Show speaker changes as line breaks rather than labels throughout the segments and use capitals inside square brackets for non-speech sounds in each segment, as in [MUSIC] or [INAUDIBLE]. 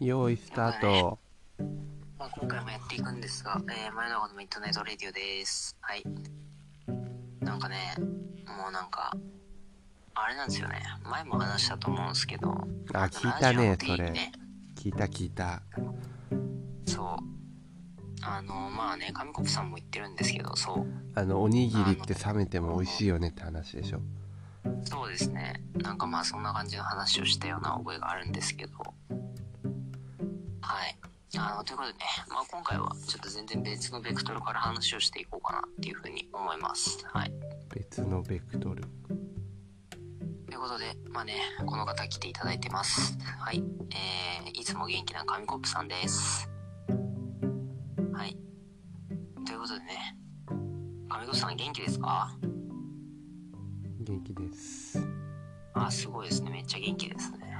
用意スタート。
まあ、今回もやっていくんですが、えー、真夜中のミッドナイトレディオです。はい。なんかね、もうなんか、あれなんですよね。前も話したと思うんですけど。
あ、聞い
ラ、
たね
ジオ
そ
っていい
れ。聞いた聞いた。
そう。あの、まあね、紙コップさんも言ってるんですけど、そう。
あの、おにぎりって冷めても美味しいよねって話でしょ。
そうですね。なんかまあそんな感じの話をしたような覚えがあるんですけど。はい。あのということでね、まあ、今回はちょっと全然別のベクトルから話をしていこうかなっていうふうに思います。はい。
別のベクトル。
ということで、まあね、この方来ていただいてます。はい。えー、いつも元気な紙コップさんです。はい。ということでね、紙コップさん元気ですか
元気です。
あ、すごいですね。めっちゃ元気ですね。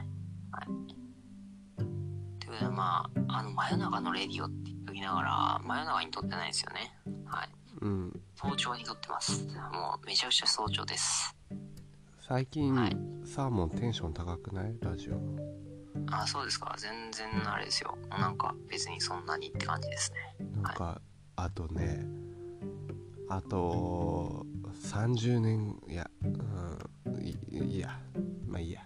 はい。ということで、まあ、あの、真夜中のレディオって言っときながら、真夜中に撮ってないですよね。はい。
うん。
早朝に撮ってます。もう、めちゃくちゃ早朝です。
最近、
はい
サーモンテンション高くないラジオ。
あ、そうですか。全然あれですよ。もうなんか、別にそんなにって感じですね。
なんか、あとね、あと、30年、いや、うん、いいや、まあいいや。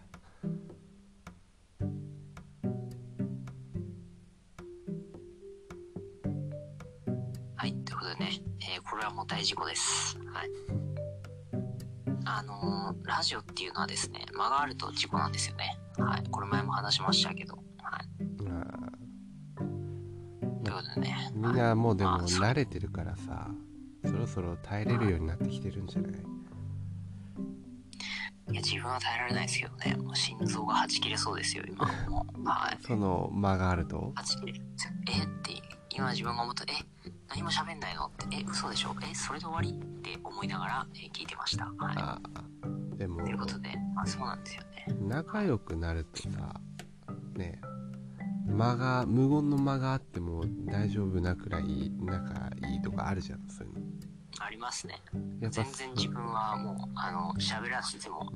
はい、ということでね、えーこれはもう大事故です。はい。あのーラジオっていうのはですね、間があると事故なんですよね。はい、これ前も話しましたけど。はい、
あ
ということでね、
みんなもうでも
まあそう
慣れてるからさそろそろ耐えれるようになってきてるんじゃない
いや、自分は耐えられないですけどね、もう心臓がはち切れそうですよ、今。もう、
[LAUGHS]
はい。
その間があると
はち切れるんですよ。えって、今自分が思った、え何も喋んないのって、え嘘でしょえそれで終わりって思いながら、えー聞いてました。は
あでも
い。ということで、まあ、そうなんですよね。
仲良くなるとさね間が無言の間があっても大丈夫なくらい仲いいとかあるじゃんそういうの
ありますね。
やっぱ
全然自分はもうあの喋らせても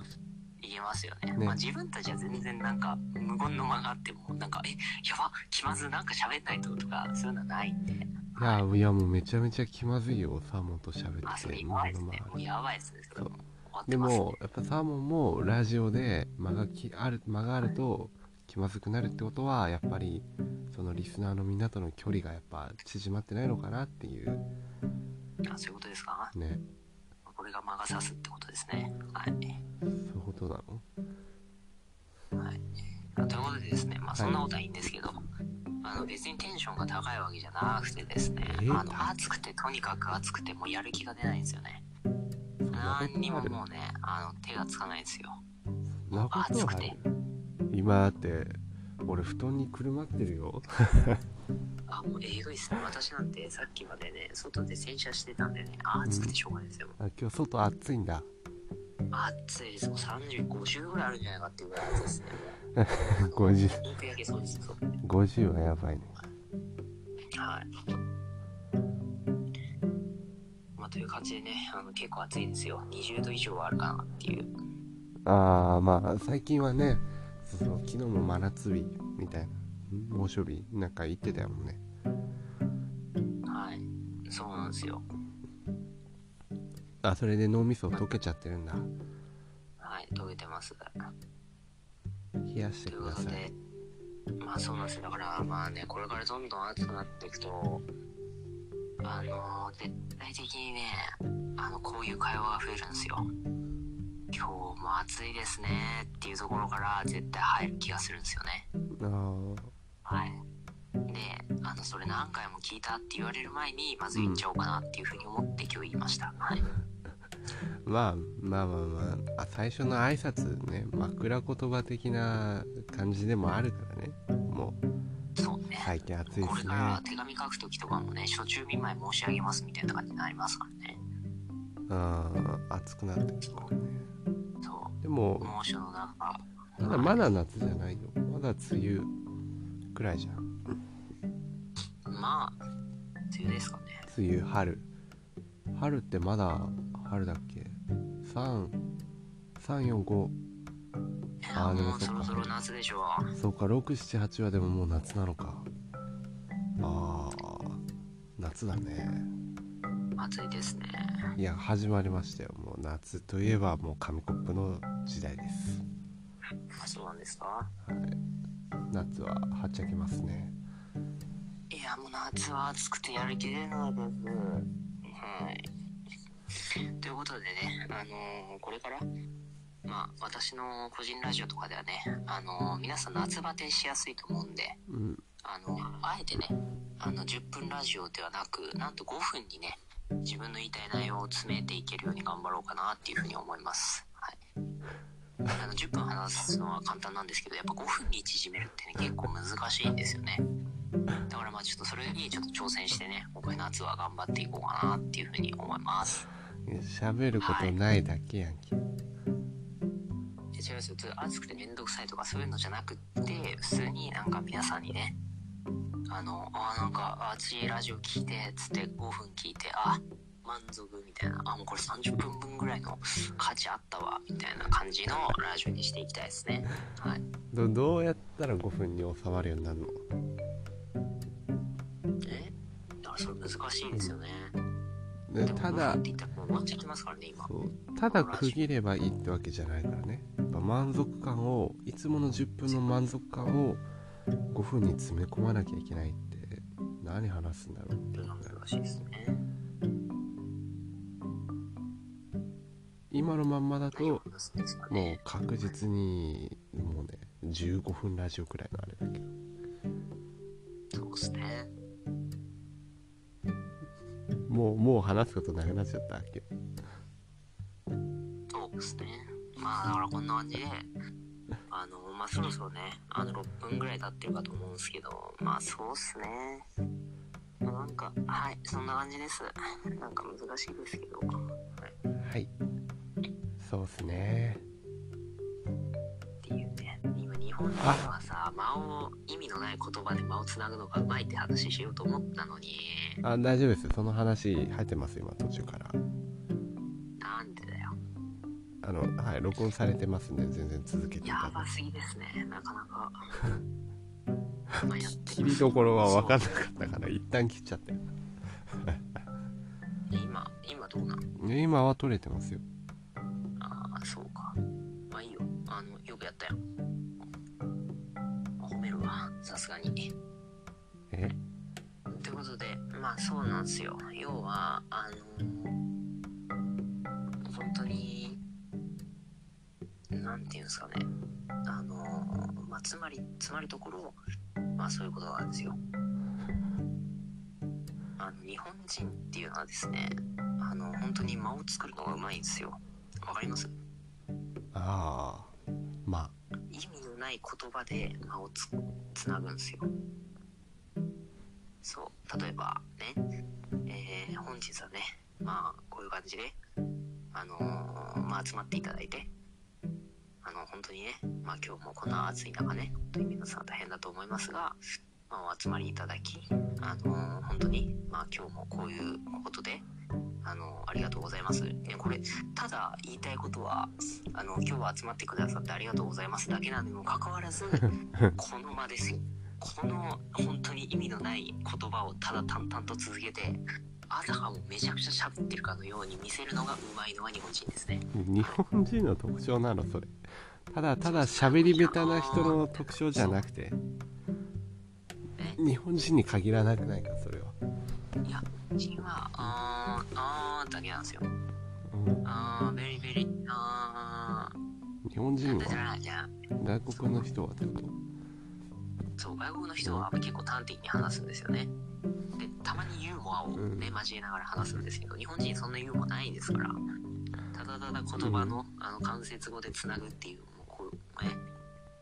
言えますよね
ね
まあ、自分たちは全然なんか無言の間があってもなんか「えやば気まずなんか喋んないと」とかそういうのはないんで
いやいやもうめちゃめちゃ気まずいよサーモンと喋
あ
っ
そ
て
れ
て
や
無
ばい
言
です
の
ね
間
もうやばいですねそれも
そう
終わって
で
ますね
もやっぱサーモンもラジオで間がきある間があると気まずくなるってことはやっぱりそのリスナーのみんなとの距離がやっぱ縮まってないのかなっていう
あそういうことですか
ね
これが間が差すってことですねはい、
そういうことなの
はい、あということでですねまあそんなことはいいんですけど、あの別にテンションが高いわけじゃなくてですね
えー
あの暑くてとにかく暑くてもうやる気が出ないんですよね
そんな
何にも
こと
も
あ
うねあの手がつかないですよ
るそんなことあ
暑く
る
て
今だって俺布団にくるまってるよ [LAUGHS]
あもうえぐいっすね私なんてさっきまでね外で洗車してたんでねあー暑くてしょうがないですよ、
あ今日外暑いんだ [LAUGHS]
暑いですもう3050ぐらいあるんじゃないかっていうぐらい暑いですね
5050
インク焼けそうですそう
はやばいね
はいまあという感じでねあの結構暑いですよ20度以上はあるかなっていう
ああまあ最近はねそうそう昨日も真夏日みたいなん猛暑日なんか言ってたもんね
はいそうなんですよ
あそれで脳みそ溶けちゃってるんだ
はい溶けてます
冷やして
という
く
こ
だ
と
さ
で
い、
まあそうなんですよ。だから、まあね、これからどんどん暑くなっていくと、あのー絶対的にね、あの、こういう会話が増えるんですよ。今日も暑いですねっていうところから絶対入る気がするんですよね。
あー
はい。で、あの、それ何回も聞いたって言われる前に、まず言っちゃおうかなっていうふうに思って今日言いました。はい。
まあまあまあまああ最初の挨拶ね枕言葉的な感じでもあるからねもう
そうね。
最近暑いで
これ
す
か
ね
ら手紙書くときとかもね、初中見舞い申し上げますみたいな感じになりますからね。
うん暑くなってきたね
そう。
でも
猛暑の中
ただまだ夏じゃないよまだ梅雨くらいじゃん
まあ梅雨ですかね
梅雨春春ってまだ春だっけ3 345
え
あーでも
もう
そっ
そ
か
ろそろ夏でしょ
そうか678はでももう夏なのかああ夏だね
暑いですね
いや始まりましたよもう夏といえばもう紙コップの時代です
あそうなんですか
夏ははっちゃけますね
いやもう夏は暑くてやる気出ないですはいということでねあのーこれからまあ私の個人ラジオとかではねあのー皆さん夏バテしやすいと思うんで
うん
あのあえてねあの10分ラジオではなくなんと5分にね自分の言いたい内容を詰めていけるように頑張ろうかなっていうふうに思います、はい、あの10分話すのは簡単なんですけどやっぱ5分に縮めるってね結構難しいんですよねだからまあちょっとそれにちょっと挑戦してね今回夏は頑張っていこうかなっていうふうに思います
喋ることないだけやんけ、
で違いますよ暑くて面倒くさいとかそういうのじゃなくって普通になんか皆さんにねあのあなんか暑いラジオ聞いてっつって5分聞いてあ満足みたいなあもうこれ30分分ぐらいの価値あったわみたいな感じのラジオにしていきたいですねはい
どどうやったら5分に収まるようになるの
えだからそれ難しいんですよね
で
でも
た
5分
だ
って言ったらもう終わっちゃってますからね今
そうただ区切ればいいってわけじゃないからねやっぱ満足感をいつもの10分の満足感を5分に詰め込まなきゃいけないって何話すんだろうって
それが難しいですね
今のまんまだ
何を
と
話すんですか
もう
ね
確実にもうね15分ラジオくらいのあれだけど
そうですね
もうもう話すことなくなっちゃったわけ
そうですね。まあだからこんな感じで、あの、まあそろそろね、あの6分ぐらい経ってるかと思うんですけど、まあそうっすね。まあなんか、はい、そんな感じです。なんか難しいですけど。はい、
はいそうっすね
っていうね。今日本人はさ、間を、意味のない言葉で間をつなぐのがうまいって話しようと思ったのに、
あ大丈夫ですよその話入ってます今途中から
なんでだよ。
あのはい録音されてますんで全然続けてい
や
ただ
ば
いて
すぎですね。なかな
[LAUGHS]
か。まあやって
切りどころは分かんなかったから一旦切っちゃって
今、今どうなん
今は取れてますよ
ああそうかまあいいよあのよくやったよ褒めるわさすがに
え
ということでまあそうなんですよ要はあの本当になんていうんですかねあのまあつまりつまるところまあそういうことなんですよあの日本人っていうのはですねあの本当に間を作るのがうまいんですよわかります
ああま
意味のない言葉で間をつつなぐんですよそう例えばね、えー本日はねまあこういう感じであのーまあ集まっていただいてあの本当にねまあ今日もこんな暑い中ね本当に皆さん大変だと思いますが、まあ、お集まりいただきあのー本当にまあ今日もこういうことであのーありがとうございます、ね、これただ言いたいことはあの今日は集まってくださってありがとうございますだけなのにもかかわ
[LAUGHS]
らずこの間ですよこの本当に意味のない言葉をただ淡々と続けてあたかもめちゃくちゃ喋ってるかのように見せるのがうまいのが日本人ですね
あ日本人の特徴なのそれただただ喋り下手な人の特徴じゃなくて
え
日本人に限らなくないかそれは、
いや人はあーあーだけなんですよ
うん
あーベリベリあ
日本
ーな
人
んだじゃ
は
らじゃ
外国の人はってこと
そう外国の人は結構端的に話すんですよねでたまにユーモアを、ね
うん
交えながら話すんですけど日本人そんなユーモアないですからただただ言葉の,、あの関節語でつなぐっていうもうこ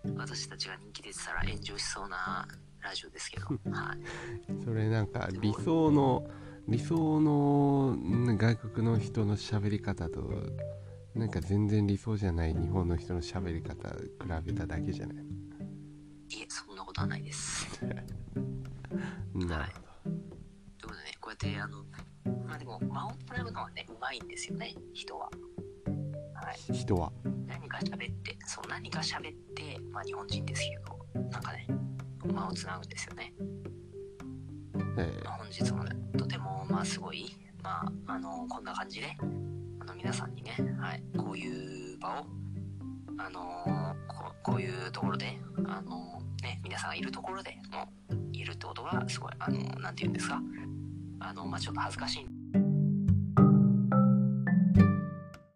う、ね、私たちが人気出てたら炎上しそうなラジオです
[LAUGHS]
けど、はい、
それなんか理想の理想のん外国の人の喋り方となんか全然理想じゃない日本の人の喋り方比べただけじゃない
いえそんなことはないですということで
なる
ねこうやってあのまあでも間をつなぐのはねうまいんですよね人ははい
ほど人は
何か喋ってそう何何か喋って、まあ、日本人ですけどなんかね間をつなぐんですよね、
え
まあ、本日もねとてもまあすごい、まあ、あのこんな感じであの皆さんにね、はい、こういう場をあのここういうところであの、ね、皆さんがいるところでもいるってことがすごいあのなんて言うんですかあの、まあ、ちょっと恥ずかしいん